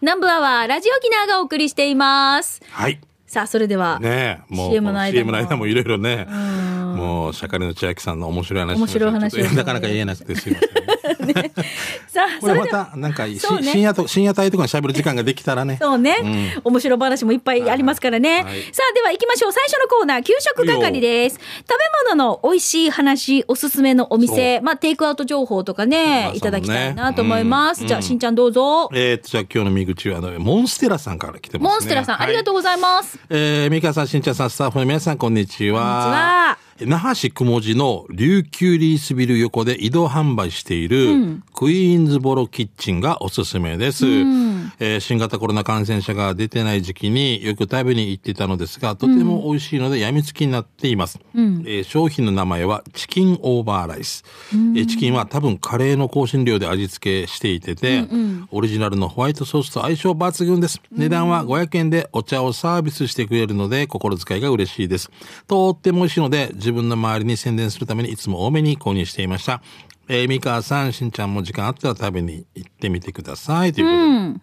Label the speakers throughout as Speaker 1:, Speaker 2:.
Speaker 1: 南部アワーラジオキナーがお送りしています。
Speaker 2: はい。
Speaker 1: さあ、それでは、
Speaker 2: ねえ、もう
Speaker 1: CM の
Speaker 2: こ
Speaker 1: 間も
Speaker 2: CM の間もいろいろね、
Speaker 1: ん
Speaker 2: もう、シャカリの千秋さんの面白い話
Speaker 1: 面白い話
Speaker 2: ちょっと なかなか言えなくてすい ません。
Speaker 1: さあ、そ
Speaker 2: こ
Speaker 1: れ
Speaker 2: れ
Speaker 1: で
Speaker 2: ま
Speaker 1: は、
Speaker 2: た、なんか、し
Speaker 1: そうね
Speaker 2: 深夜と、深夜帯とかに喋る時間ができたらね。
Speaker 1: そうね、面白話もいっぱいありますからね。
Speaker 2: はいはい
Speaker 1: さあ、では行きましょう。最初のコーナー、給食係です。食べ物の美味しい話、おすすめのお店、まあ、テイクアウト情報とかね、
Speaker 2: 皆さんもね
Speaker 1: いただきたいなと思います。じゃあ、しんちゃんどうぞ。
Speaker 2: えーっと、じゃあ今日のみ口は、あの、モンステラさんから来てますね。
Speaker 1: モンステラさん、ありがとう
Speaker 2: う。
Speaker 1: ございます。
Speaker 2: えー、みかさん、しんちゃんさん、スタッフの皆さん、こんにちは。こんにちは。那覇市雲寺の琉球リースビル横で移動販売している、クイーンズボロキッチンがおすすめです、えー新型コロナ感染者が出てない時期によく食べに行ってたのですが、とても美味しいので病みつきになっています。えー商品の名前はチキンオーバーライス。えーチキンは多分カレーの香辛料で味付けしていてて、オリジナルのホワイトソースと相性抜群です。値段は500円でお茶をサービスしてくれるので心遣いが嬉しいです。とっても美味しいので自分の周りに宣伝するためにいつも多めに購入していました。えー、美川さん、しんちゃんも時間あったら食べに行ってみてください。ということで、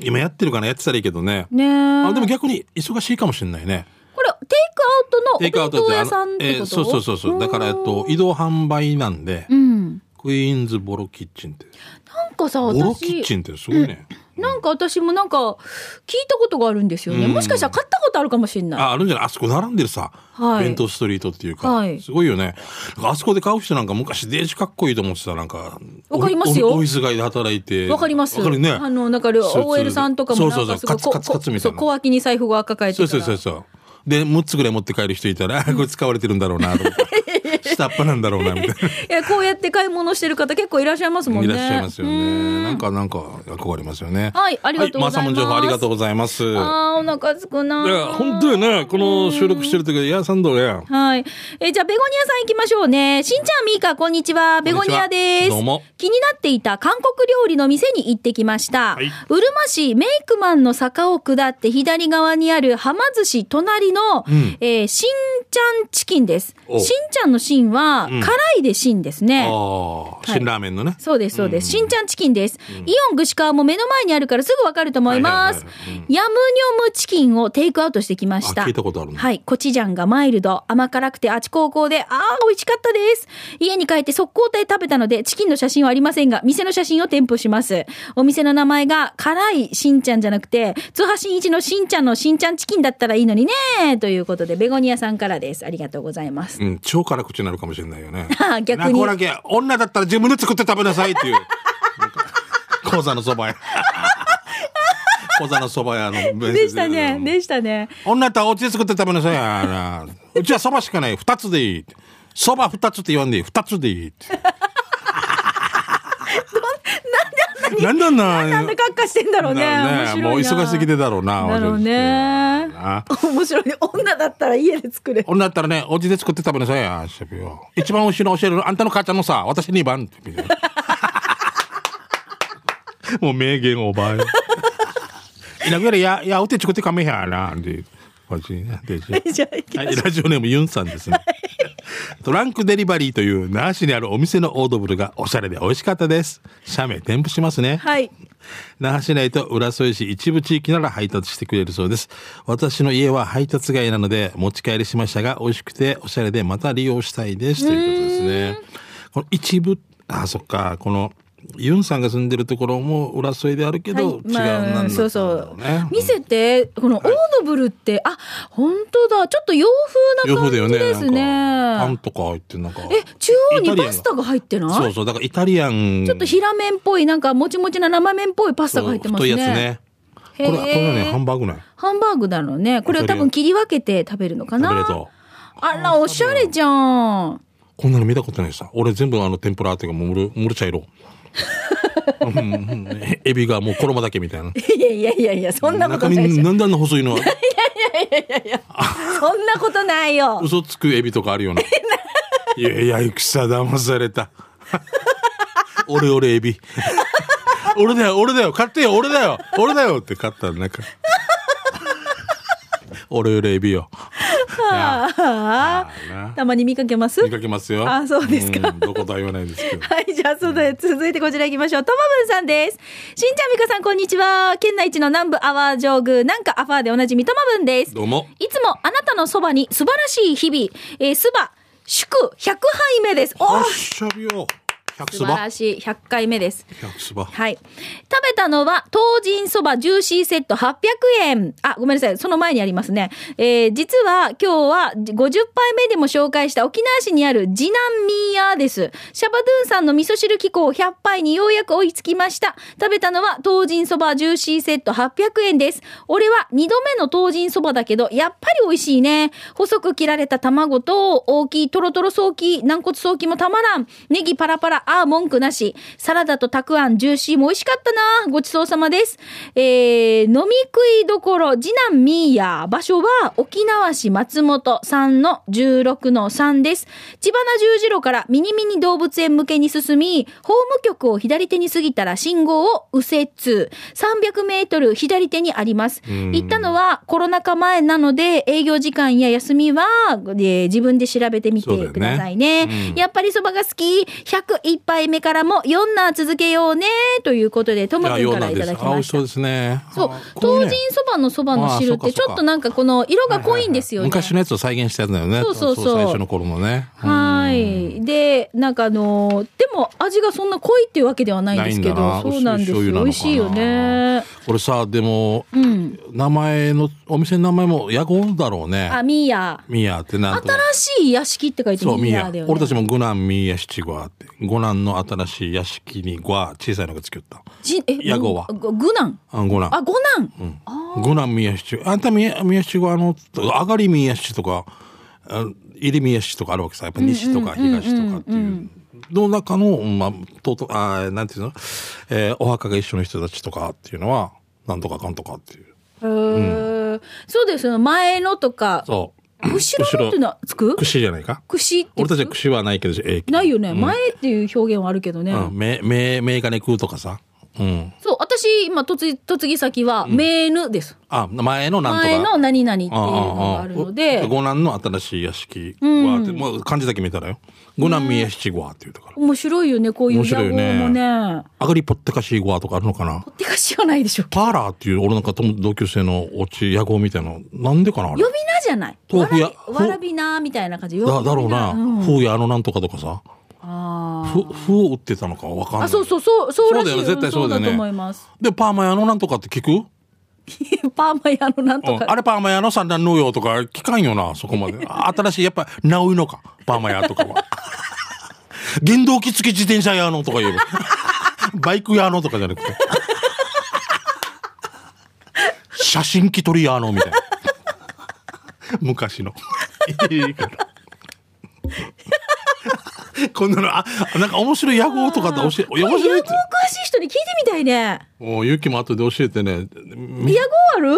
Speaker 2: 今やってるかなやってたらいいけどね。
Speaker 1: ねえ
Speaker 2: あ、でも逆に忙しいかもしれないね。
Speaker 1: これ、テイクアウトのお弁当屋さんっ
Speaker 2: え
Speaker 1: てこ
Speaker 2: ー
Speaker 1: と
Speaker 2: そうそうそうそう。だから、えっと、移動販売なんで、
Speaker 1: うん。
Speaker 2: クイーンズボロキッチンって。
Speaker 1: なんかさ、
Speaker 2: ボロキッ
Speaker 1: 私
Speaker 2: チ、ンってすごいね。
Speaker 1: なんか私もなんか、聞いたことがあるんですよね。もしかしたら買ったことあるかもしれない。
Speaker 2: あ、あるんじゃないあそこ並んでるさ、
Speaker 1: はい
Speaker 2: 弁当ストリートっていうか、
Speaker 1: はい
Speaker 2: すごいよね。なんかあそこで買う人なんか昔デージかっこいいと思ってた、なんか。
Speaker 1: わかりますよ
Speaker 2: オフィス街で働いて。
Speaker 1: わかります。
Speaker 2: わかるね。
Speaker 1: あの、なんか
Speaker 2: スーツ
Speaker 1: OL さんとかもなん
Speaker 2: そう
Speaker 1: か
Speaker 2: そ
Speaker 1: す
Speaker 2: うそ
Speaker 1: ご
Speaker 2: う、
Speaker 1: い
Speaker 2: カツカツカツみたい
Speaker 1: こ
Speaker 2: な。
Speaker 1: こ小脇に財布が抱えて
Speaker 2: そ
Speaker 1: た
Speaker 2: う
Speaker 1: ら
Speaker 2: そうそうそう。で、6つぐらい持って帰る人いたら、あこれ使われてるんだろうな、と 思って。下っ端なんだろうな、みたいな。
Speaker 1: いや、こうやって買い物してる方結構いらっしゃいますもんね。
Speaker 2: いらっしゃいますよ
Speaker 1: うん
Speaker 2: ね。なんか、なんか、憧れますよね。
Speaker 1: はいありがとうございます
Speaker 2: はマーサモン情報ありがとうございます。いや、
Speaker 1: あー、お腹すくなー。
Speaker 2: 本当よね、この収録してる時は、いや、サンドね。
Speaker 1: はい。えーじゃあ、ベゴニアさん行きましょうね。しんちゃん、みーか、こんにちは。ベゴニアです。
Speaker 2: どうも
Speaker 1: 気になっていた韓国料理の店に行ってきました。
Speaker 2: はいう
Speaker 1: るま市メイクマンの坂を下って左側にあるはま寿司隣の、
Speaker 2: ん
Speaker 1: えーしんちゃんチキンです。し
Speaker 2: お
Speaker 1: んちゃんのしんは、辛いでしんですね。
Speaker 2: ああ、辛ラーメンのね。
Speaker 1: そうです、そうです。しんちゃんチキンです。イオン串川も目の前にあるからすぐわかると思います
Speaker 2: はいはいはい。
Speaker 1: ヤムニョムチキンをテイクアウトしてきました。
Speaker 2: あ聞いたことあるね
Speaker 1: はい。コチュジャンがマイルド、甘辛くてあち高校で、ああ、美味しかったです。家に帰って速攻で食べたので、チキンの写真はありませんが、店の写真を添付します。お店の名前が、辛いしんちゃんじゃなくて、津波しんいちのしんちゃんのしんちゃんチキンだったらいいのにね、ということで、ベゴニアさんからです。ありがとうございます。
Speaker 2: うん、超辛口になるかもしれないよね
Speaker 1: あ。 逆に
Speaker 2: なこだけ、女だったら自分で作って食べなさい っていう。なんか講座のそ ばや。講座のそばやの。
Speaker 1: でしたね、でしたね。
Speaker 2: 女だったらお家で作って食べなさいや。うちはそばしかない。二つでいいって。そば二つって言わんでいい。二つでい いって。なんであんなに。な
Speaker 1: なん
Speaker 2: んで
Speaker 1: でかっかしてんだろうね。面白いな
Speaker 2: もう忙しすぎてだろうな。
Speaker 1: だろうね
Speaker 2: な。
Speaker 1: 面白いね。女だったら家で作れ。
Speaker 2: 女だったらね、お家で作って食べなさいや、シェフよ。一番美味しいの教えるの、あんたの母ちゃんのさ、私2番 って。みたいなもう名言おばあよ。いなくやれ、や、や、お手作ってかめへんやな、で。こっちにね、でしょ
Speaker 1: じゃあ行き
Speaker 2: はい、ラジオネームユンさん ですね。トランクデリバリーという那覇市にあるお店のオードブルがおしゃれで美味しかったです。写メ添付しますね。
Speaker 1: はい。
Speaker 2: 那覇市内と浦添市一部地域なら配達してくれるそうです。私の家は配達外なので持ち帰りしましたが美味しくておしゃれでまた利用したいですということですね。この一部、あ、そっか、このユンさんが住んでるところも浦添であるけど、違うなんだろうね、
Speaker 1: そうそう。見せて、このオードブルって、あ、本当だ。ちょっと洋風
Speaker 2: 両
Speaker 1: な
Speaker 2: 方
Speaker 1: 感
Speaker 2: だよ
Speaker 1: じ
Speaker 2: ね。
Speaker 1: で
Speaker 2: な
Speaker 1: す
Speaker 2: んかパン
Speaker 1: ね。
Speaker 2: とか入ってなんか。
Speaker 1: え、中央にパスタが入ってない
Speaker 2: そうそう、だからイタリアン。
Speaker 1: ちょっと平麺っぽい、なんかもちもちな生麺っぽいパスタが入ってます
Speaker 2: 太
Speaker 1: ね。
Speaker 2: いやつね。こ
Speaker 1: へー
Speaker 2: れ、これはね、ハンバーグない。
Speaker 1: ハンバーグだろうね。これを多分切り分けて食べるのか
Speaker 2: 食べれ
Speaker 1: な
Speaker 2: と。
Speaker 1: あら、おしゃれじゃん。
Speaker 2: こんなの見たことないさ。俺全部あの天ぷらっていうかもうむる、むる茶色。 うんうんうんエビがもう衣だけみたいな。
Speaker 1: いやいやいやいや、そんなこ
Speaker 2: 中
Speaker 1: とないじ
Speaker 2: 身
Speaker 1: ゃん。
Speaker 2: なんであんな細いの
Speaker 1: そんなことないよ。
Speaker 2: 嘘つくエビとかあるよな。いやいや、戦騙された。 俺俺エビ。俺だよ、俺だよ、買ってよ、俺だよ、 俺だよって買ったらなんか。俺俺エビよ。
Speaker 1: はあ
Speaker 2: な
Speaker 1: たまに見かけます
Speaker 2: 見かけますよ。
Speaker 1: あそうですか
Speaker 2: んどことは言わないんですけど。
Speaker 1: はい、じゃあ、そうだよ続いてこちら行きましょう。トマブンさんです。しんちゃん、みかさん、こんにちは。県内一の南部アワー上宮、なんかアファーでおなじみ、トマブンです。
Speaker 2: どうも。
Speaker 1: いつもあなたのそばに素晴らしい日々、えー、そば、祝100杯目です。お
Speaker 2: お
Speaker 1: ー
Speaker 2: っしゃるよ。百
Speaker 1: 素
Speaker 2: そ
Speaker 1: 晴
Speaker 2: ば
Speaker 1: ら。しい。100回目です。
Speaker 2: 百そば。
Speaker 1: はい。食べたのは、東神そばジューシーセット800円。あ、ごめんなさい。その前にありますね。えー実は今日は50杯目でも紹介した沖縄市にある次男ミーヤーです。シャバドゥンさんの味噌汁機構100杯にようやく追いつきました。食べたのは、東神そばジューシーセット800円です。俺は2度目の東神そばだけど、やっぱり美味しいね。細く切られた卵と、大きいトロトロソーキ、軟骨ソーキもたまらん。ネギパラパラ、ああ、文句なし。サラダとたくあん、ジューシーも美味しかったな。ごちそうさまです。えー、飲み食いどころ、次男ミーヤー。場所は、沖縄市松本3の16の3です。千葉な十字路からミニミニ動物園向けに進み、法務局を左手に過ぎたら信号を右折。300メートル左手にあります。
Speaker 2: うん
Speaker 1: 行ったのはコロナ禍前なので、営業時間や休みは、えー自分で調べてみ
Speaker 2: そうだ
Speaker 1: て
Speaker 2: よね
Speaker 1: くださいね。
Speaker 2: うん
Speaker 1: やっぱりそばが好き。101杯目からも4な続けようね。ということで、とも
Speaker 2: や
Speaker 1: くん
Speaker 2: よう
Speaker 1: か
Speaker 2: な
Speaker 1: ら
Speaker 2: ん
Speaker 1: い
Speaker 2: で
Speaker 1: た
Speaker 2: す
Speaker 1: だき
Speaker 2: あ美
Speaker 1: ま
Speaker 2: 味
Speaker 1: し
Speaker 2: しそう
Speaker 1: た。
Speaker 2: ですね。
Speaker 1: そう
Speaker 2: あ、こ
Speaker 1: 東
Speaker 2: れ
Speaker 1: 神
Speaker 2: ね
Speaker 1: そばのそばの汁っ
Speaker 2: あー
Speaker 1: て、ち
Speaker 2: そっかそっか
Speaker 1: ょっとなんかこの色が濃いんですよね。
Speaker 2: 昔のやつを再現したやつだよね。
Speaker 1: そうそうそう
Speaker 2: 最初の頃のね。
Speaker 1: は
Speaker 2: うん。
Speaker 1: い。で、なんかあのーでも味がそんな濃いっていうわけではないんですけ
Speaker 2: ない
Speaker 1: ど、
Speaker 2: んだな
Speaker 1: そうなんですよ。
Speaker 2: 薄い醤油なのかな
Speaker 1: 美味しいよね。
Speaker 2: これさ、でも、
Speaker 1: うん。
Speaker 2: 名前の、お店の名前も、ヤゴだろうね。
Speaker 1: あ、ミーヤー。
Speaker 2: ミヤってなんと。
Speaker 1: 新しい屋敷って書いて
Speaker 2: そう、
Speaker 1: ミ
Speaker 2: ミ
Speaker 1: ーヤ
Speaker 2: ヤ
Speaker 1: ーだよ。ね。
Speaker 2: 俺たちも五男ミヤ七ゴアって。五男の新しい屋敷にゴア、小さいのが作った。
Speaker 1: じえ
Speaker 2: 屋号は
Speaker 1: ぐぐなん。
Speaker 2: あ五男
Speaker 1: あ、。五男。
Speaker 2: 五男宮七あんた宮宮七はあの上がり宮七とかあ入り宮七とかあるわけさやっぱ西とか東とかっていう。の中の、まあ、とと、あーなんていうの、えーお墓が一緒の人たちとかっていうのは、なんとかかんとかっていう。
Speaker 1: へーそうですよ。前のとか。
Speaker 2: そう。
Speaker 1: 後ろのっていうのはつく。
Speaker 2: 串じゃないか
Speaker 1: 串ってつく。
Speaker 2: 俺たちは串はないけど、えー
Speaker 1: ないよね。
Speaker 2: うん
Speaker 1: 前っていう表現はあるけどね。
Speaker 2: うん。め、め、めがね食うとかさ。うん。
Speaker 1: そう、私、今、とつ、とつぎ先は、メーヌです。
Speaker 2: あ、前のなんとか。
Speaker 1: 前の何々っていう
Speaker 2: ああ
Speaker 1: の
Speaker 2: あ
Speaker 1: があるので。
Speaker 2: 五男の新しい屋敷はって、もう漢字だけ見たらよ。五男宮七五はっていうところ。
Speaker 1: 面白いよね、こういう
Speaker 2: 面
Speaker 1: 野
Speaker 2: 白い
Speaker 1: 望
Speaker 2: よね
Speaker 1: もね。
Speaker 2: アガリポッテカシーゴアとかあるのかな
Speaker 1: てか知らないでしょ。
Speaker 2: パーラーっていう俺なんか友同級生のお家野号みたいな。なんでかなあれ
Speaker 1: 呼び名じゃない。
Speaker 2: 豆腐屋
Speaker 1: わらびわらびなみたいな感じ。呼び
Speaker 2: だ
Speaker 1: 名
Speaker 2: だろうな。
Speaker 1: ん
Speaker 2: 風やあのなんとかとかさ。
Speaker 1: あ
Speaker 2: ふ、ふを売ってたのかわかん
Speaker 1: あ。
Speaker 2: ない。
Speaker 1: あ、そうそう、そう、そうらしい
Speaker 2: そうだよね絶対そうだよね
Speaker 1: と思います。
Speaker 2: で、パーマ屋のなんとかって聞く
Speaker 1: パーマ屋のなんと
Speaker 2: うん
Speaker 1: か。
Speaker 2: あれパーマ屋の三段農用とか聞かんよ な、そこまで。新しい、やっぱ、ナウイのか。パーマ屋とかは。原動機付き自転車屋のとか言えば。 バイク屋のとかじゃなくて。写真機取り屋のみたいな。昔の。いいから。 こんなの、あ、なんか面白い屋号とかって教え、いや面白い
Speaker 1: 野望詳し
Speaker 2: って。
Speaker 1: い人に聞いてみたいね。
Speaker 2: おうゆきも後で教えてね。み
Speaker 1: 野号ある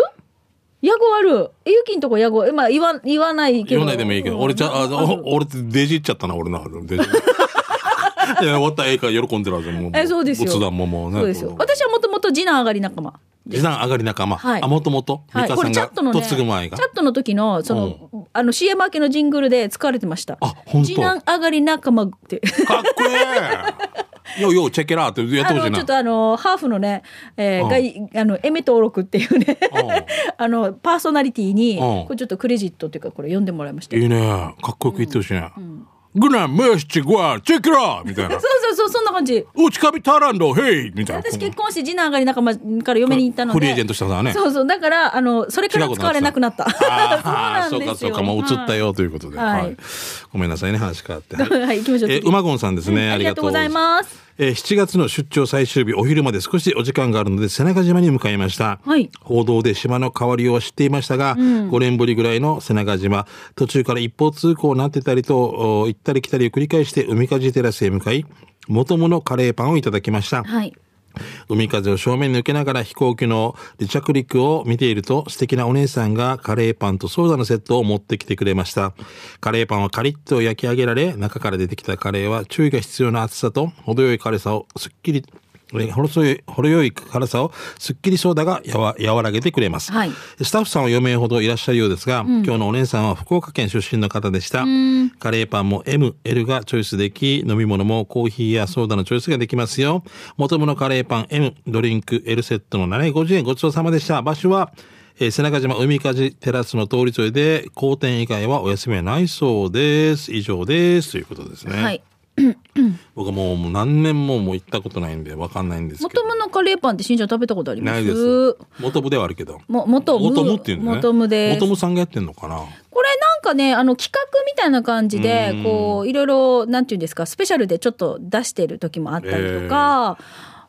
Speaker 1: 野号ある。えゆきんとこ野号。えまあ、言わ、言わないけ
Speaker 2: 言
Speaker 1: ど。
Speaker 2: わないでもいいけど、
Speaker 1: うん
Speaker 2: 俺じゃ、あ、お俺ってデジっちゃったな、俺な。デジ。いや、終わったらええから喜んでるはずもう。
Speaker 1: え、そうですよ。
Speaker 2: 仏壇ももうね。
Speaker 1: そうですよ。私はもともと次男上がり仲間。
Speaker 2: 時短上がり仲間。
Speaker 1: はい
Speaker 2: あ、もともと。
Speaker 1: はい、
Speaker 2: 美香
Speaker 1: こ
Speaker 2: さ
Speaker 1: れ
Speaker 2: ん
Speaker 1: チャットの
Speaker 2: が、
Speaker 1: ね、
Speaker 2: と
Speaker 1: チ
Speaker 2: つ
Speaker 1: ャッ
Speaker 2: ぐ前が。
Speaker 1: トの時の、その、あの CM 明けのジングルで使われてました。
Speaker 2: あ本当
Speaker 1: 次男上がり仲間って。
Speaker 2: かっこええようようチェケラーってやっ
Speaker 1: あ
Speaker 2: てほし
Speaker 1: の、ちょっ。
Speaker 2: いな
Speaker 1: とあの、ハーフのね、えー、
Speaker 2: うん
Speaker 1: 外、あの、エメ登録っていうね、 あの、パーソナリティに、
Speaker 2: うん
Speaker 1: これちょっとクレジットっていうか、これ読んでもらいました。
Speaker 2: いいね。かっこよく言ってほしいね。グナムーシチゴア、チェケラーみたい
Speaker 1: そ
Speaker 2: な
Speaker 1: う。そうそう、そんな感じ。
Speaker 2: うちかびたらんど、ヘイみたいな。
Speaker 1: 私結婚して次男上がり仲間から嫁に行ったので。
Speaker 2: フリーエージェントしたからね。
Speaker 1: そうそう。だから、あの、それから使われなくなった。
Speaker 2: あ
Speaker 1: そ
Speaker 2: あ、そうう
Speaker 1: なんで
Speaker 2: か
Speaker 1: す
Speaker 2: そ
Speaker 1: よ。
Speaker 2: うか、もう映った
Speaker 1: よ。
Speaker 2: よということで。
Speaker 1: はい
Speaker 2: はいごめんなさいね、話変わって。
Speaker 1: はい、行きましょう。
Speaker 2: え
Speaker 1: 次
Speaker 2: ー、馬ゴンさんですね。
Speaker 1: あ
Speaker 2: あ
Speaker 1: り
Speaker 2: り
Speaker 1: が
Speaker 2: が
Speaker 1: と
Speaker 2: と
Speaker 1: う
Speaker 2: う
Speaker 1: ござ
Speaker 2: ござ
Speaker 1: い
Speaker 2: います。
Speaker 1: ます。
Speaker 2: えー7月の出張最終日、お昼まで少しお時間があるので、瀬中島に向かいました。
Speaker 1: はい
Speaker 2: 報道で島の変わりを知っていましたが、5年ぶりぐらいの瀬中島、途中から一方通行になってたりと、お行ったり来たりを繰り返して、海かじテラスへ向かい、元々カレーパンをいただきました。
Speaker 1: はい。
Speaker 2: 海風を正面に受けながら飛行機の離着陸を見ていると素敵なお姉さんがカレーパンとソーダのセットを持ってきてくれました。カレーパンはカリッと焼き上げられ、中から出てきたカレーは注意が必要な厚さと程よい軽さをすっきりほろそい、ほろよい辛さをすっきりソーダがやわ和らげてくれます。
Speaker 1: はい
Speaker 2: スタッフさんは4名ほどいらっしゃるようですが、今日のお姉さんは福岡県出身の方でした。カレーパンも M、L がチョイスでき、飲み物もコーヒーやソーダのチョイスができますよ。元物カレーパン M、ドリンク L セットの750円ごちそうさまでした。場所は、えー背中島海風テラスの通り沿いで、公店以外はお休みはないそうです。以上です。ということですね。
Speaker 1: はい。
Speaker 2: 僕はもうもう何年ももう行ったことないんでわかんないんですけ
Speaker 1: 元
Speaker 2: ど。
Speaker 1: ムのカレーパンってしんちゃん食べたことあります
Speaker 2: ないです。元部ではあるけど。
Speaker 1: も元ム
Speaker 2: 元部っていうんだね。
Speaker 1: 元ムです
Speaker 2: 元部さんがやってんのかな。
Speaker 1: これなんかねあの企画みたいな感じでこういろいろなんていうんですかスペシャルでちょっと出してる時もあったりとか、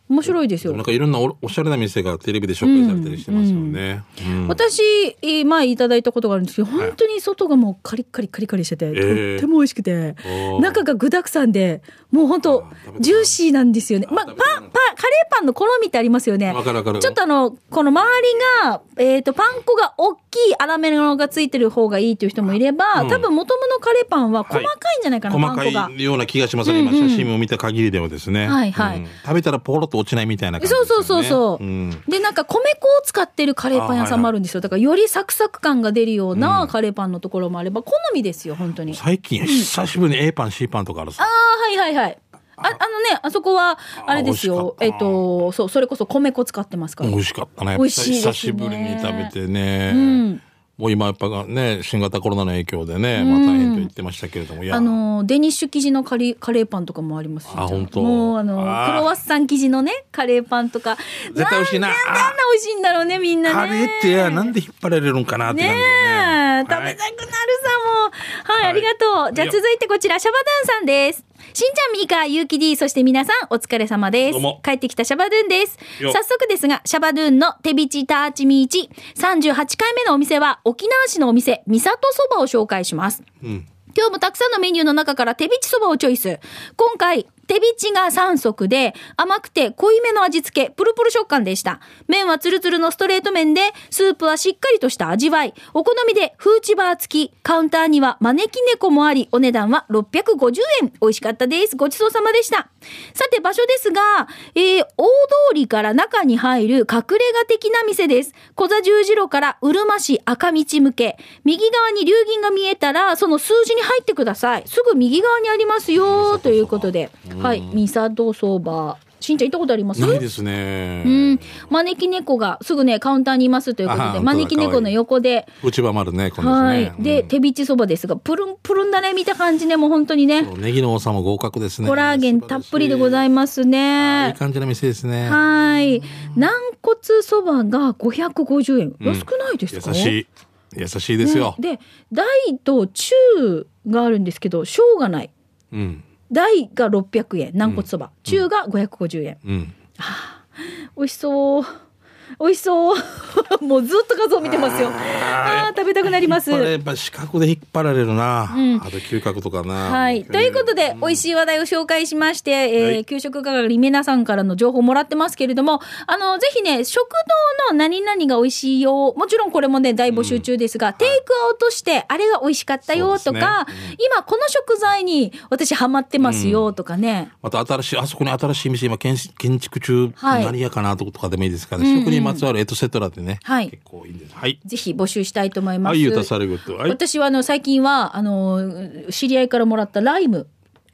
Speaker 1: 面白いですよ
Speaker 2: なんかいろんなおおしゃれな店がテレビで紹介されたりしてますよね。うん
Speaker 1: 私えー前いただいたことがあるんですけど本当に外がもうカリッカリカリカリしてて、
Speaker 2: ええ
Speaker 1: とっても美味しくて
Speaker 2: おー
Speaker 1: 中が具だくさんでもう本当
Speaker 2: あー食べた
Speaker 1: ジューシーなんですよね。まあパン
Speaker 2: 食べた
Speaker 1: パンカレーパンの好みってありますよね。
Speaker 2: わかるわかる
Speaker 1: ちょっとあのこの周りがえっ、とパン粉が大きい粗めのがついてる方がいいという人もいれば、多分元々のカレーパンは細かいんじゃないかな、
Speaker 2: 細
Speaker 1: パ
Speaker 2: か
Speaker 1: ン粉が。
Speaker 2: いような気がしますね。今写真を見た限りではですね。
Speaker 1: はいはい
Speaker 2: うん食べたらポロッと落ちないみたいな感じです
Speaker 1: そ
Speaker 2: よ
Speaker 1: う
Speaker 2: ね。
Speaker 1: そうそうそう、
Speaker 2: ん
Speaker 1: でなんか米粉を使ってるカレーパン屋さんもあるんですよだからよりサクサク感が出るようなカレーパンのところもあれば好みですよ本当にあ
Speaker 2: 最近久しぶりに A パン C パンとかあるさ
Speaker 1: あ。ーはいはいはいああのねあそこはあれですよ
Speaker 2: あ
Speaker 1: え
Speaker 2: ー美味しかった
Speaker 1: っ、とそうそれこそ米粉使ってますから、
Speaker 2: 美味しかったね。
Speaker 1: 美味しいですね
Speaker 2: 久しぶりに食べてね。
Speaker 1: ん
Speaker 2: もう今やっぱね、新型コロナの影響でね、まあ大変と言ってましたけれども、いや、
Speaker 1: あのデニッシュ生地のカリカレーパンとかもありますよ
Speaker 2: あ本当
Speaker 1: もうあの
Speaker 2: あー
Speaker 1: クロワッサン生地のねカレーパンとか
Speaker 2: 絶対美味しいな
Speaker 1: なんで
Speaker 2: あ
Speaker 1: あんな美味しいんだろうねみんなね
Speaker 2: カレーってやなんで引っ張られるんかなって
Speaker 1: ね
Speaker 2: 感じ
Speaker 1: え、食べたくな
Speaker 2: は
Speaker 1: る
Speaker 2: い
Speaker 1: さもう。はい、
Speaker 2: はい
Speaker 1: ありがとう。じゃあ
Speaker 2: いいよ
Speaker 1: 続いてこちら、シャバドゥンさんです。しんちゃん、みーか、ゆうき D、そして皆さん、お疲れ様です
Speaker 2: どうも。
Speaker 1: 帰ってきたシャバドゥンです。
Speaker 2: よ
Speaker 1: 早速ですが、シャバドゥンの手びちターチミーチ、38回目のお店は、沖縄市のお店、みさとそばを紹介します。
Speaker 2: うん。
Speaker 1: 今日もたくさんのメニューの中から手びちそばをチョイス。今回、手びちが3足で、甘くて濃いめの味付け、プルプル食感でした。麺はツルツルのストレート麺で、スープはしっかりとした味わい。お好みでフーチバー付き、カウンターには招き猫もあり、お値段は650円。美味しかったです。ごちそうさまでした。さて、場所ですが、えー、大通りから中に入る隠れ家的な店です。小座十字路からうるま市赤道向け。右側に流銀が見えたら、その数字に入ってください。すぐ右側にありますよ、ということで。はい、三里相場。しんちゃん行ったことあります
Speaker 2: ないですね。
Speaker 1: うん。招き猫がすぐね、カウンターにいますというこ
Speaker 2: あ
Speaker 1: と
Speaker 2: 本当
Speaker 1: で、
Speaker 2: だ
Speaker 1: 招き猫の横で。
Speaker 2: 内場もあるね、この
Speaker 1: は
Speaker 2: です
Speaker 1: い
Speaker 2: ね。。
Speaker 1: で、手びちそばですが、プルンプルンだね、見た感じね、もう本当にね
Speaker 2: う。んネギの王様合格ですね。
Speaker 1: コラーゲンたっぷりでございます
Speaker 2: す。い
Speaker 1: ね
Speaker 2: い。感じの店ですね。
Speaker 1: はい。軟骨そばが550円。安くないです
Speaker 2: 優
Speaker 1: か、
Speaker 2: しい。優しいですよ。
Speaker 1: ねで、大と中があるんですけど、小がない。
Speaker 2: うん。
Speaker 1: 大が600円、軟骨そば。中が550円。
Speaker 2: うん。
Speaker 1: 美味しそう。美味しそう。 もうずっと画像見てますよ。ああー、食べたくなります。
Speaker 2: これやっぱ視覚で引っ張られるな。
Speaker 1: うん
Speaker 2: あと嗅覚とかな。
Speaker 1: はい。ということで、美味しい話題を紹介しまして、えー
Speaker 2: はい
Speaker 1: 給食係皆さんからの情報をもらってますけれども、あの、ぜひね、食堂の何々が美味しいよ、もちろんこれもね、大募集中ですが、テイクアウトして、あれが美味しかったよと
Speaker 2: そうですね
Speaker 1: か、今この食材に私ハマってますよとかね。
Speaker 2: また新しい、あそこに新しい店、今建建築中、
Speaker 1: はい
Speaker 2: 何やかなとかでもいいですからね。食にまつわるエトセトラってね。
Speaker 1: はい
Speaker 2: 結構いいんです。はい。
Speaker 1: ぜひ募集したいと思います。
Speaker 2: はい、ゆうたされぐと。はい。
Speaker 1: 私はあの、最近は、あの、知り合いからもらったライム。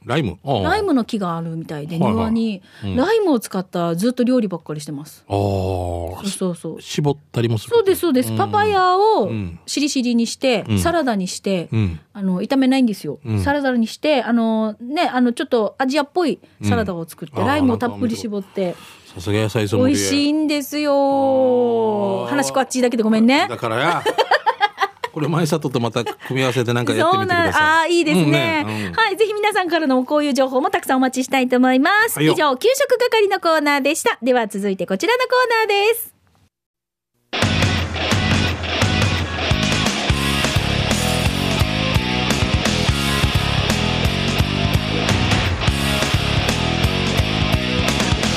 Speaker 2: ライム。ああ
Speaker 1: ライムの木があるみたいで、
Speaker 2: はいはい
Speaker 1: 庭に、ライムを使ったずっと料理ばっかりしてます。
Speaker 2: あ
Speaker 1: そうそうそう
Speaker 2: あ。。絞ったりもする。
Speaker 1: そうです、そうです。パパイヤを
Speaker 2: ん
Speaker 1: しりしりにして、サラダにして、
Speaker 2: うん
Speaker 1: あの、炒めないんですよ。
Speaker 2: ん
Speaker 1: サラダにして、あの、ね、あの、ちょっとアジアっぽいサラダを作って、
Speaker 2: うんあー
Speaker 1: ライムをたっぷり絞って、
Speaker 2: さすが野菜ソム
Speaker 1: 美
Speaker 2: リエ。
Speaker 1: 味しいんですよ。
Speaker 2: ー
Speaker 1: 話こっちだけでごめんね。
Speaker 2: だからや。 これ、前里とまた組み合わせてなんかやって
Speaker 1: そう
Speaker 2: みてくだ
Speaker 1: なん、
Speaker 2: さい。
Speaker 1: ああー、いいですね,、
Speaker 2: うんねうん
Speaker 1: はい、ぜひ皆さんからのこういう情報もたくさんお待ちしたいと思います。
Speaker 2: はいよ
Speaker 1: 以上、給食係のコーナーでした。では続いてこちらのコーナーです。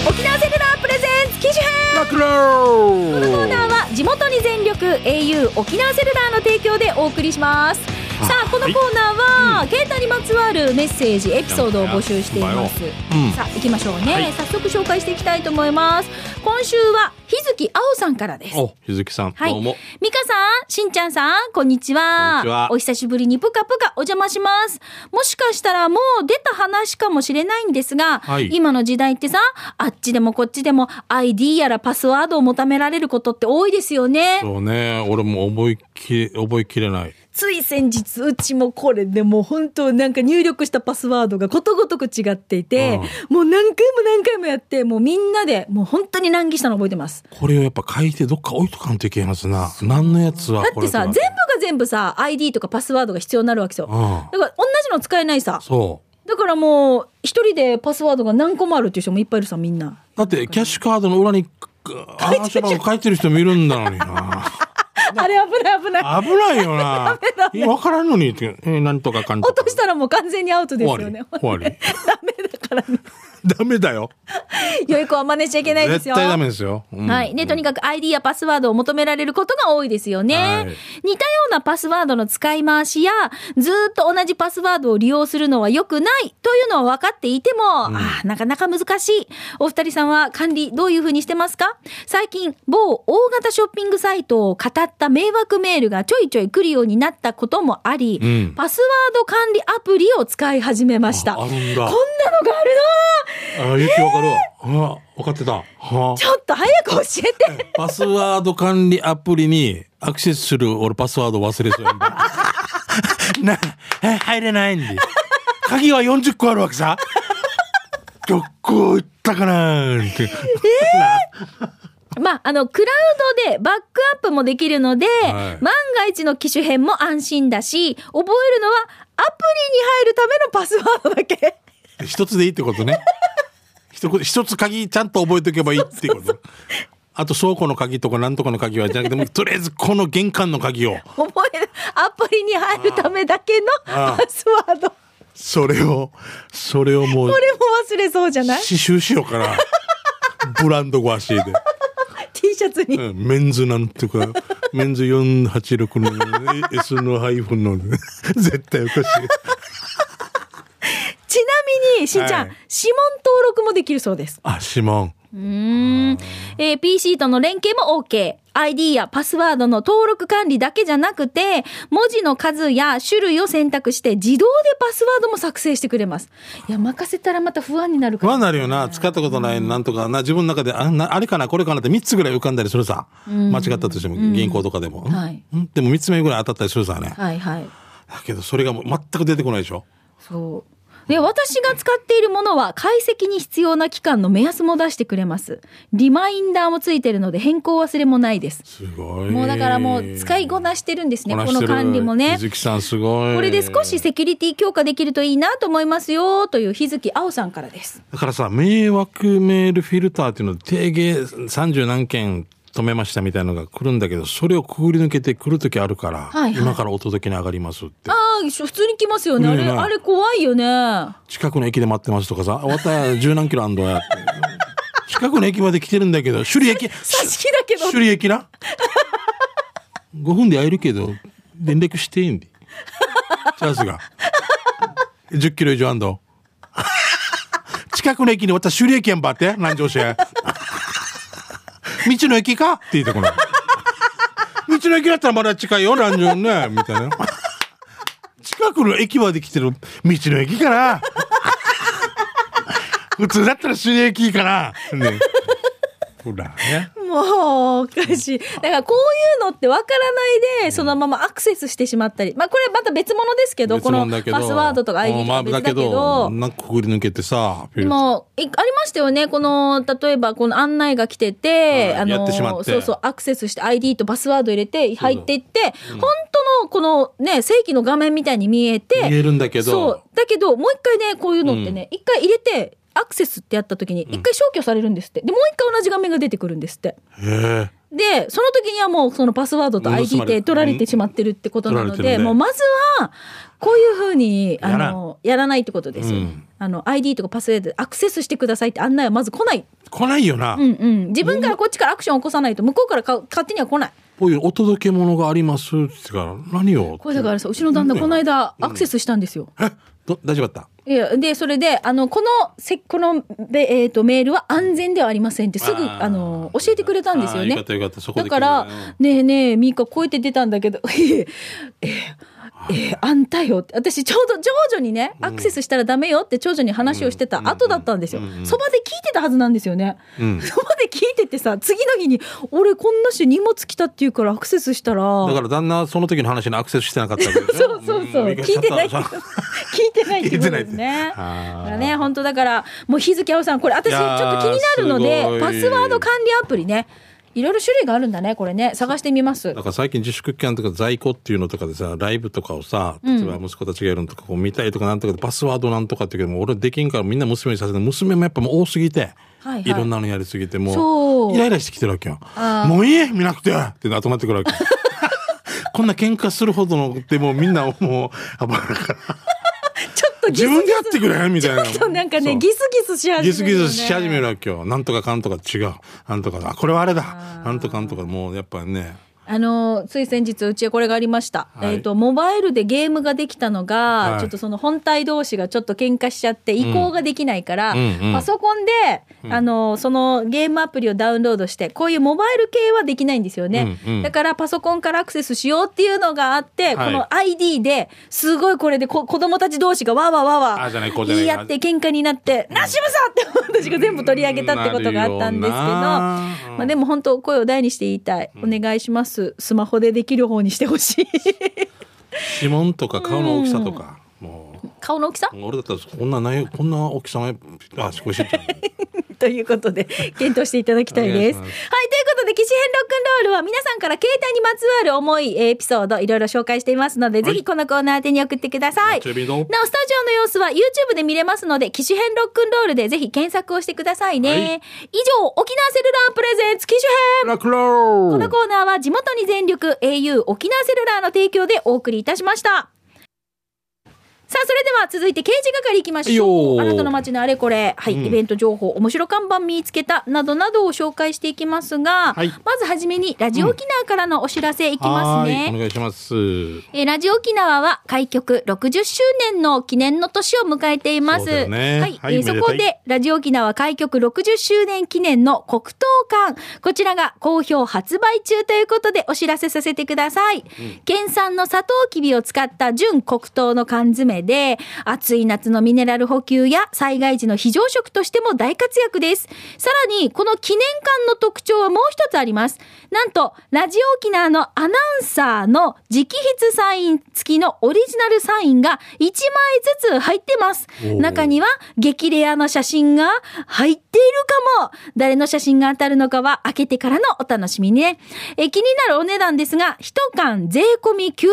Speaker 1: 沖縄セルラープレゼンツ機種編
Speaker 2: ラクロ
Speaker 1: このコーナーは地元に全力 au 沖縄セルラーの提供でお送りしますさあこのコーナーは、携帯にまつわるメッセージエピソードを募集しています、
Speaker 2: うん
Speaker 1: さあ行きましょうね、
Speaker 2: はい
Speaker 1: 早速紹介していきたいと思います今週は日月青さんからです
Speaker 2: お、ゆずきさん、
Speaker 1: はい
Speaker 2: どうも。
Speaker 1: ミカさん、しんちゃんさん、こんにちは。
Speaker 2: こんにちは
Speaker 1: お久しぶりにぷかぷかお邪魔します。もしかしたらもう出た話かもしれないんですが、
Speaker 2: はい
Speaker 1: 今の時代ってさ、あっちでもこっちでも ID やらパスワードを求められることって多いですよね。
Speaker 2: そうね、俺も覚えきれ、覚えきれない。
Speaker 1: つい先日、うちもこれでもう本当なんか入力したパスワードがことごとく違っていて、もう何回も何回もやって、もうみんなでもう本当に難儀したの覚えてます。
Speaker 2: これをやっぱ書いてどっか置いとかんといけんはずな。何のやつは
Speaker 1: だっ
Speaker 2: こ
Speaker 1: て
Speaker 2: れ
Speaker 1: さ、全部が全部さ、ID とかパスワードが必要になるわけですよ。
Speaker 2: うん。
Speaker 1: だから同じの使えないさ。
Speaker 2: そ
Speaker 1: だからもう、一人でパスワードが何個もあるっていう人もいっぱいいるさ、みんな。
Speaker 2: う。だって、キャッシュカードの裏に、あの人書いてる人もいるんだのに な。
Speaker 1: あれ危ない危ない。
Speaker 2: 危ないよな。えわからんのにって、えなんとかかんと
Speaker 1: 落
Speaker 2: か
Speaker 1: とし。たらもう完全にアウトです
Speaker 2: 終
Speaker 1: よ
Speaker 2: わり
Speaker 1: ね。。
Speaker 2: 終わり。
Speaker 1: ダメだからね。
Speaker 2: ダメだよ。
Speaker 1: 良い子は真似しちゃいけないで
Speaker 2: 絶
Speaker 1: すよ。
Speaker 2: 対ダメですよ。うん
Speaker 1: はい。ね、とにかく ID やパスワードを求められることが多いですよね。
Speaker 2: はい
Speaker 1: 似たようなパスワードの使い回しや、ずーっと同じパスワードを利用するのは良くないというのは分かっていても、あーなかなか難しい。お二人さんは管理どういうふうにしてますか最近、某大型ショッピングサイトを語った迷惑メールがちょいちょい来るようになったこともあり、
Speaker 2: うん
Speaker 1: パスワード管理アプリを使い始めました。
Speaker 2: ああ
Speaker 1: こん
Speaker 2: る
Speaker 1: なの
Speaker 2: んだ。
Speaker 1: がある
Speaker 2: あ、ゆきわかるわ。あ、わかってた。は
Speaker 1: なーちょっと早く教えて。
Speaker 2: パスワード管理アプリにアクセスする俺パスワード忘れそうやん な、え、入れないんで。鍵は40個あるわけさ。どこ行ったかなって。
Speaker 1: まあ、あの、クラウドでバックアップもできるので、
Speaker 2: はい
Speaker 1: 万が一の機種変も安心だし、覚えるのはアプリに入るためのパスワードだけ。
Speaker 2: 一つでいいってことね。一つ一つ鍵ちゃんと覚えておけばいいっていう こと。あと倉庫の鍵とかなんとかの鍵はじゃなくてもうとりあえずこの玄関の鍵を
Speaker 1: 覚える、アプリに入るためだけの
Speaker 2: ああ
Speaker 1: パスワード。こ
Speaker 2: それをそれをもう
Speaker 1: れも忘れそうじゃない
Speaker 2: 刺繍しようか なブランドごしで。
Speaker 1: ?T シャツに。
Speaker 2: うんメンズなんとか、メンズ486の S のハイフンの、 絶対おかしい。
Speaker 1: ちなみに、しんちゃん、
Speaker 2: はい
Speaker 1: 指紋登録もできるそうです。
Speaker 2: あ、指紋。
Speaker 1: うーんえー PC との連携も OK。ID やパスワードの登録管理だけじゃなくて、文字の数や種類を選択して自動でパスワードも作成してくれます。いや、任せたらまた不安になるか
Speaker 2: 不
Speaker 1: ら。
Speaker 2: 安になるよな。使ったことない、なんとかな。自分の中で、あなあれかな、これかなって3つぐらい浮かんだりするさ。間違ったとしても、銀行とかでも。
Speaker 1: はい
Speaker 2: うんでも3つ目ぐらい当たったりするさね。
Speaker 1: はいはい。
Speaker 2: だけど、それがもう全く出てこないでしょ。
Speaker 1: そう。で、私が使っているものは、解析に必要な期間の目安も出してくれます。リマインダーもついてるので、変更忘れもないです。
Speaker 2: すごい。
Speaker 1: もうだからもう使いこなしてるんですね、
Speaker 2: こな
Speaker 1: こ
Speaker 2: して
Speaker 1: の
Speaker 2: る
Speaker 1: 管理もね。
Speaker 2: 水木さんすごい。
Speaker 1: これで少しセキュリティ強化できるといいなと思いますよという日月青さんからです。
Speaker 2: だからさ、迷惑メールフィルターっていうのを定芸30何件止めましたみたいなのが来るんだけど、それをくぐり抜けて来る時あるから、
Speaker 1: はいはい
Speaker 2: 今からお届けに上がりますって
Speaker 1: あ。あ、しょ普通に来ますよね。あれ、
Speaker 2: ねえ
Speaker 1: あれ怖いよね。
Speaker 2: 近くの駅で待ってますとかさ、わた十何キロあんどやって。近くの駅まで来てるんだけど、首里 駅、
Speaker 1: 差し木だけど
Speaker 2: 首、 里駅な。5分で会えるけど、連絡していいんで。チャンスが。10キロ以上あんど。近くの駅に私首里駅やんばって、南城市へ。道の駅かって言ってこない。道の駅だったらまだ近いよ、南城ね。みたいな。近くの駅まで来てる道の駅かな。普通だったら首里駅かな。ね。ほらね。
Speaker 1: もう、おかしい。だからこういうのってわからないで、そのままアクセスしてしまったり。まあこれまた別物ですけど、
Speaker 2: 別
Speaker 1: この
Speaker 2: 物だけど
Speaker 1: パスワードとか ID と
Speaker 2: ま
Speaker 1: か
Speaker 2: あ
Speaker 1: 別だけ
Speaker 2: だ
Speaker 1: ど
Speaker 2: け。なんかくぐり抜けてさ、フィルター
Speaker 1: もういありましたよね、この例えばこの案内が来てて、
Speaker 2: はいやってしまって
Speaker 1: そうそう、アクセスして ID とパスワード入れて、入っていって、本当のこのね、正規の画面みたいに見えて、
Speaker 2: 見えるんだけど
Speaker 1: そう、だけど、もう一回ね、こういうのってね、一、回入れて、アクセスってやった時に、一回消去されるんですって、でもう一回同じ画面が出てくるんですって。
Speaker 2: へえ。
Speaker 1: で、その時にはもうそのパスワードと
Speaker 2: 盗まれ
Speaker 1: ID で取られてしまってるってことなの
Speaker 2: 取られ
Speaker 1: で、
Speaker 2: てるね
Speaker 1: もうまずは、こういうふうに、あ
Speaker 2: やら
Speaker 1: の、やらないってことですよね。
Speaker 2: うん
Speaker 1: あの、ID とかパスワードでアクセスしてくださいって案内はまず来ない。
Speaker 2: 来ないよな。
Speaker 1: うんうん。自分からこっちからアクションを起こさないと、向こうからか勝手には来ない。
Speaker 2: こういうお届け物がありますって言ってから、何を
Speaker 1: これだからさ、うちの旦那この間アクセスしたんですよ。
Speaker 2: えど大丈夫だった
Speaker 1: いや、で、それで、あの、この、せ、この、べえっ、と、メールは安全ではありませんって、すぐ、
Speaker 2: あー
Speaker 1: あの、教えてくれたんですよ
Speaker 2: あーよか
Speaker 1: ね
Speaker 2: っ。たよかったそこ
Speaker 1: だ
Speaker 2: で
Speaker 1: から
Speaker 2: 気づいたね、
Speaker 1: ねえねえ、ミカこうやって出たんだけど、 ええ、ええ、ええ、あんたよって、私ちょうど長女にね、アクセスしたらダメよって長女に話をしてた後だったんですよ
Speaker 2: うんうんう。ん
Speaker 1: そばで聞いてたはずなんですよね。 そば
Speaker 2: ん
Speaker 1: で聞いててさ、次の日に、俺こんな人荷物来たって言うからアクセスしたら、
Speaker 2: だから旦那はその時の話にアクセスしてなかったわけでしょ
Speaker 1: そうそうそう。
Speaker 2: ん
Speaker 1: 聞いてないって。
Speaker 2: そ
Speaker 1: 聞
Speaker 2: う
Speaker 1: いてないってことですね。だ
Speaker 2: 聞いてないって
Speaker 1: からね、本当だから、もう日付あおさん、これ私ち
Speaker 2: い
Speaker 1: ょっ
Speaker 2: やー
Speaker 1: と気になるの
Speaker 2: すご
Speaker 1: で、
Speaker 2: い
Speaker 1: パスワード管理アプリね、いろいろ種類があるんだね、これね、探してみます
Speaker 2: だ。から最近自粛期間とか在庫っていうのとかでさライブとかをさ例えば息子たちがやるのとかこう見たいとかなんとかでパスワードなんとかって言うけども俺できんからみんな娘にさせて娘もやっぱもう多すぎて、
Speaker 1: はいはい
Speaker 2: ろんなのやりすぎても
Speaker 1: そう
Speaker 2: うイライラしてきてるわけよ
Speaker 1: あー
Speaker 2: もういい見なくてってなとなって くるわけこんな喧嘩するほどのでもうみんなもう暴れる から
Speaker 1: ちょっとギス
Speaker 2: 自分でやってくれみたいな
Speaker 1: ちょっとなんかね、
Speaker 2: そう
Speaker 1: ギスギスし始める、ね。
Speaker 2: ギスギスし始めるわけよ。なんとかかんとか違う。なんとかだ。あこれはあれだ。なんとかなんとか、もうやっぱね。
Speaker 1: あのつい先日うちはこれがありました、
Speaker 2: はい
Speaker 1: えっとモバイルでゲームができたのが、
Speaker 2: はい
Speaker 1: ちょっとその本体同士がちょっと喧嘩しちゃって移行ができないから、
Speaker 2: うんうん
Speaker 1: パソコンで、あのそのゲームアプリをダウンロードしてこういうモバイル系はできないんですよね、
Speaker 2: うんうん
Speaker 1: だからパソコンからアクセスしようっていうのがあって、
Speaker 2: は
Speaker 1: こ
Speaker 2: い
Speaker 1: の ID ですごいこれでこ子供たち同士がわーわーわーわ
Speaker 2: あじゃないこ
Speaker 1: ー
Speaker 2: うじゃな
Speaker 1: 言
Speaker 2: い
Speaker 1: い合って喧嘩になって「なしむさ!」って私が全部取り上げたってことがあったんですけど。
Speaker 2: なるよな
Speaker 1: まあでも本当声を大にして言いたい。お願いします。スマホでできる方にしてほしい。
Speaker 2: 指紋とか顔の大きさとか。も
Speaker 1: 顔の大きさ
Speaker 2: う、俺だったらこんなないこんな大きさない。あ、少し。
Speaker 1: ということで、検討していただきたいです。
Speaker 2: お
Speaker 1: はい、と
Speaker 2: 願い
Speaker 1: いう
Speaker 2: し
Speaker 1: ことで、機種編ロックンロールは皆さんから携帯にまつわる思い、エピソード、いろいろ紹介していますので、ぜひこのコーナー宛てに送ってください。
Speaker 2: 中火の
Speaker 1: なお、スタジオの様子は YouTube で見れますので、機種編ロックンロールでぜひ検索をしてくださいね。
Speaker 2: はい
Speaker 1: 以上、沖縄セルラープレゼンツ機種編
Speaker 2: ラクロ
Speaker 1: このコーナーは地元に全力 au 沖縄セルラーの提供でお送りいたしました。さあ、それでは続いて刑事係いきましょ。
Speaker 2: いういよ
Speaker 1: あ
Speaker 2: ー
Speaker 1: なたの街のあれこれ、はい、
Speaker 2: うん
Speaker 1: イベント情報、面白看板見つけた、などなどを紹介していきますが、
Speaker 2: はい
Speaker 1: まずはじめにラジオ沖縄からのお知らせいきますね。
Speaker 2: はいお願いします。
Speaker 1: えーラジオ沖縄は開局60周年の記念の年を迎えています。
Speaker 2: そうだよね
Speaker 1: はい、
Speaker 2: はい
Speaker 1: えー
Speaker 2: めでた
Speaker 1: そ
Speaker 2: い
Speaker 1: こで、ラジオ沖縄開局60周年記念の黒糖館。こちらが好評発売中ということでお知らせさせてください。県産の砂糖きびを使った純黒糖の缶詰で、暑い夏のミネラル補給や災害時の非常食としても大活躍です。さらに、この記念館の特徴はもう一つあります。なんと、ラジオ沖縄のアナウンサーの直筆サイン付きのオリジナルサインが1枚ずつ入ってます。
Speaker 2: おー
Speaker 1: 中には激レアの写真が入っているかも。誰の写真が当たるのかは開けてからのお楽しみね。え気になるお値段ですが、一缶税込み900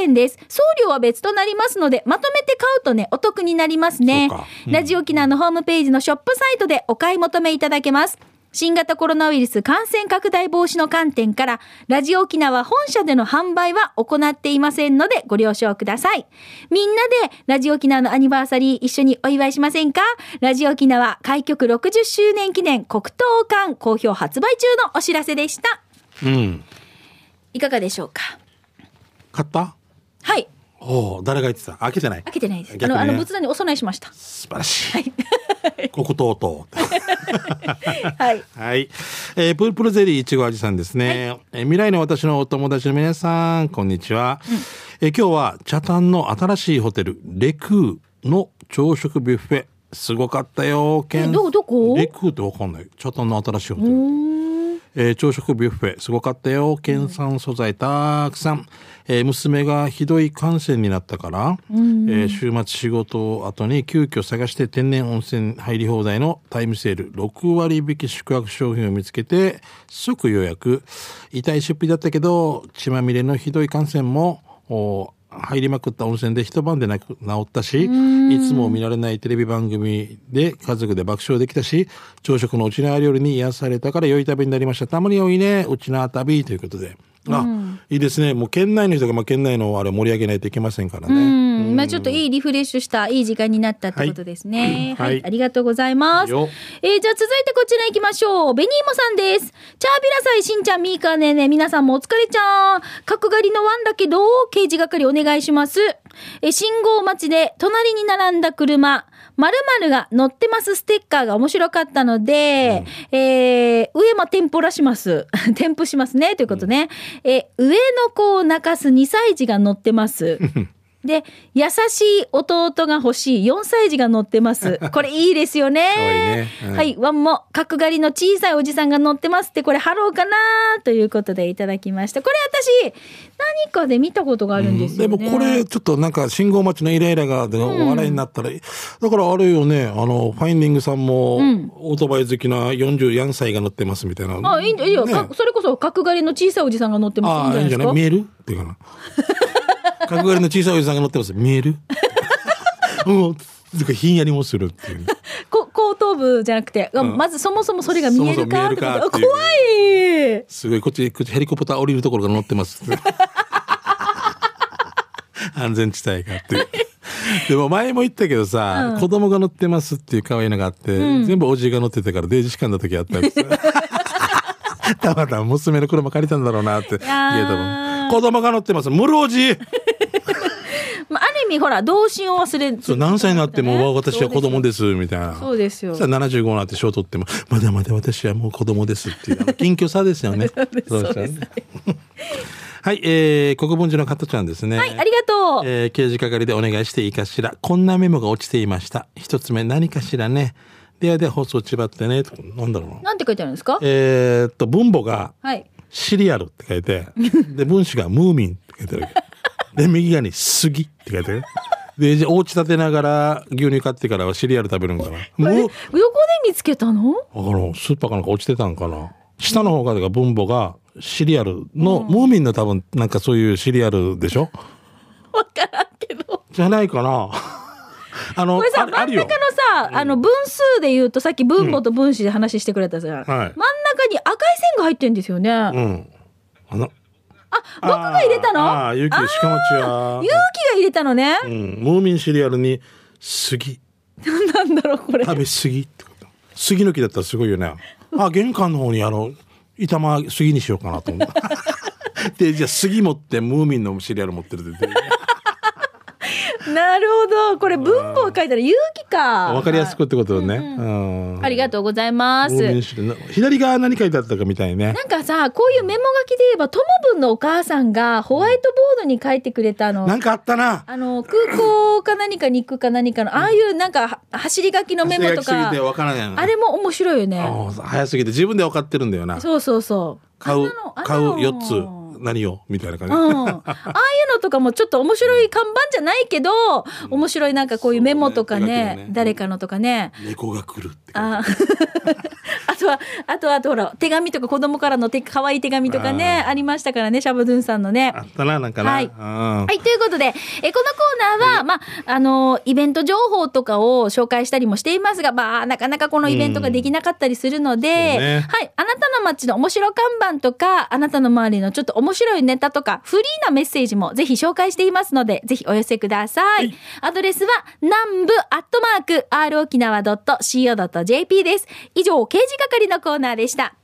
Speaker 1: 円です。送料は別となりますので、まとめて買うとね、お得になりますね
Speaker 2: そうか。うん
Speaker 1: ラジオ沖縄のホームページのショップサイトでお買い求めいただけます。新型コロナウイルス感染拡大防止の観点から、ラジオ沖縄本社での販売は行っていませんのでご了承ください。みんなでラジオ沖縄のアニバーサリー一緒にお祝いしませんかラジオ沖縄開局60周年記念黒糖館好評発売中のお知らせでした。
Speaker 2: うん。
Speaker 1: いかがでしょうか
Speaker 2: 買った？
Speaker 1: はい。
Speaker 2: おお、誰が言ってた？開けてない。
Speaker 1: 開けてないです。あ
Speaker 2: 逆に
Speaker 1: の、
Speaker 2: ね
Speaker 1: あの、仏壇にお供えしま した。
Speaker 2: 素晴らしい。こことうとう。
Speaker 1: はい。
Speaker 2: はい。えー、プルプルゼリーいちご味さんですね。えー未来の私のお友達の皆さん、こんにちは。えー今日は、チャタンの新しいホテル、レクーの朝食ビュッフェ。すごかったよ、ケン
Speaker 1: えどどこ
Speaker 2: レクーってわかんない。チャタンの新しいホテ
Speaker 1: う。
Speaker 2: ル
Speaker 1: ーん。
Speaker 2: えー朝食ビュッフェすごかったよ県産素材たくさん、えー娘がひどい感染になったから、えー週末仕事を後に急遽探して天然温泉入り放題のタイムセール6割引き宿泊商品を見つけて即予約痛い出費だったけど血まみれのひどい感染もお入りまくった温泉で一晩でなく治ったし、いつも見られないテレビ番組で家族で爆笑できたし、朝食の沖縄料理に癒されたから良い旅になりました。たまに良いね、沖縄旅ということで。あ、いいですね。もう県内の人が、まあ、県内のあれを盛り上げないといけませんからね。
Speaker 1: うん、まあちょっといいリフレッシュした、いい時間になったってことですね。は、
Speaker 2: はいい
Speaker 1: ありがとうございます。えー
Speaker 2: よ
Speaker 1: じゃあ続いてこちら行きましょう。ベニーモさんです。チャービラサイ、しんちゃん、ミーカーねーねー、皆さんもお疲れちゃん。角刈りのワンだけど、刑事係お願いします。えー信号待ちで、隣に並んだ車、〇〇が乗ってますステッカーが面白かったので、えー、上も添付らします。 添付しますね、ということね。えー上の子を泣かす2歳児が乗ってます。で、優しい弟が欲しい4歳児が乗ってます。これいいですよね。
Speaker 2: 可愛いねうん
Speaker 1: はい、ワンも角刈りの小さいおじさんが乗ってますって、これハローかなということでいただきました。これ私、何かで見たことがあるんです
Speaker 2: で
Speaker 1: よね。
Speaker 2: もこれちょっとなんか信号待ちのイライラがでお笑いになったら、だからあれよねあのファインディングさんも、オートバイ好きな44歳が乗ってますみたいな
Speaker 1: あ、いいんだいいよ、かそれこそ角刈りの小さいおじさんが乗ってます。いいん
Speaker 2: あ
Speaker 1: じゃなんいです
Speaker 2: あいいじゃない
Speaker 1: か
Speaker 2: 見えるっていうかな角刈りの小さいおじさんが乗ってます見える うんなんかひんやりもするっていう
Speaker 1: こ後頭部じゃなくて、まずそもそもそれが見えるかってこと
Speaker 2: そもそも見えるかっていう
Speaker 1: 怖い
Speaker 2: すごいこっちこっちヘリコプター降りるところが乗ってます 安全地帯があってでも前も言ったけどさ、子供が乗ってますっていう可愛いのがあって、全部おじいが乗ってたからデージかんだ時あっ たんですたまたま娘の車借りたんだろうなって言え
Speaker 1: やー
Speaker 2: たもん子供が乗ってます無老じ
Speaker 1: まあ、ある意味ほら、童心を忘れ
Speaker 2: そう何歳になっても、わ私は子供
Speaker 1: で。
Speaker 2: ですみたいな
Speaker 1: そうですよ
Speaker 2: さあ75になって賞取ってもまだまだ私はもう子供ですっていうあの謙虚さですよ ねそうですよねはい、えー、国分寺の加トちゃんですね
Speaker 1: はい、ありがとう。
Speaker 2: えー、刑事係でお願いしていいかしら。こんなメモが落ちていました。一つ目、何かしらね。ではでは放送千葉ってね。なんだろうな。
Speaker 1: なんて書いてあるんですか
Speaker 2: えー、っと、分母が
Speaker 1: はい。
Speaker 2: シリアルって書 いて、で、分子がムーミンって書いてある。で、右側に杉って書いてある。で、じゃあ、お家立てながら牛乳買ってからはシリアル食べるんかな。もう、
Speaker 1: どこで見つけたの
Speaker 2: だからスーパーかなんか落ちてたんかな。下の方が、だから分母がシリアルの、ムーミンの多分、なんかそういうシリアルでしょ
Speaker 1: わからんけど。
Speaker 2: じゃないかな。あの、
Speaker 1: これさ、
Speaker 2: あ
Speaker 1: 真ん
Speaker 2: あ
Speaker 1: 中
Speaker 2: る
Speaker 1: の
Speaker 2: よ。
Speaker 1: さ、あの、分数で言うと、さっき分母と分子で話してくれたじゃん。真ん
Speaker 2: はい
Speaker 1: 中に赤い線が入ってんですよね。あ、
Speaker 2: うん。あの、
Speaker 1: 僕が入れたの
Speaker 2: ああ、ゆうき、しかもちは
Speaker 1: 勇気。が入れたのね。
Speaker 2: うん、ムーミンシリアルに、杉。
Speaker 1: なんだろう、これ。
Speaker 2: 食べ過ぎってこと杉の木だったらすごいよねあ玄関の方にあの板間杉にしようかなと思った でじゃあ杉持ってムーミンのシリアル持ってるっ て言って
Speaker 1: なるほど。これ、分母を書いたら勇気か。
Speaker 2: 分かりやす
Speaker 1: は
Speaker 2: くってことね、
Speaker 1: いありがと
Speaker 2: と
Speaker 1: うございます。
Speaker 2: ムーミンシリアル左側何書いてあったかみたいね
Speaker 1: なんかさ、こういうメモ書きで言えば、ともぶんのお母さんがホワイトボードに書いてくれたあの、
Speaker 2: なんかあったな
Speaker 1: あの、空港か何かに行くか何かの、ああいうなんか、は走り書きのメモと
Speaker 2: 汗
Speaker 1: か
Speaker 2: がきすぎて、分からないな
Speaker 1: あれも面白いよね。
Speaker 2: ああ早すぎて自分で分かってるんだよな
Speaker 1: そうそうそう。
Speaker 2: 買う
Speaker 1: あんな
Speaker 2: 買
Speaker 1: の
Speaker 2: う
Speaker 1: あんなの
Speaker 2: 4つ何をみたいな感じ、
Speaker 1: うん、ああいうのとかもちょっと面白い看板じゃないけど、面白いなんかこういうメモとか
Speaker 2: そう
Speaker 1: ね
Speaker 2: ね手書きのね
Speaker 1: 誰かのとかね、
Speaker 2: 猫が来るって感じ
Speaker 1: あ あとはあとはあとほら手紙とか子供からの手可愛い手紙とかねありましたからねシャブドゥンさんのね
Speaker 2: あ。ったななんかな、
Speaker 1: はい
Speaker 2: うん、は
Speaker 1: はい、ということで、えこのコーナーは、まあ、あの、イベント情報とかを紹介したりもしていますが、まあ、なかなかこのイベントができなかったりするので、
Speaker 2: そうね
Speaker 1: はい、あなたの街の面白看板とか、あなたの周りのちょっと面白いネタとか、フリーなメッセージもぜひ紹介していますので、ぜひお寄せください。アドレスは、南部アットマーク、r 沖縄 .co.jp です。以上、刑事係のコーナーでした。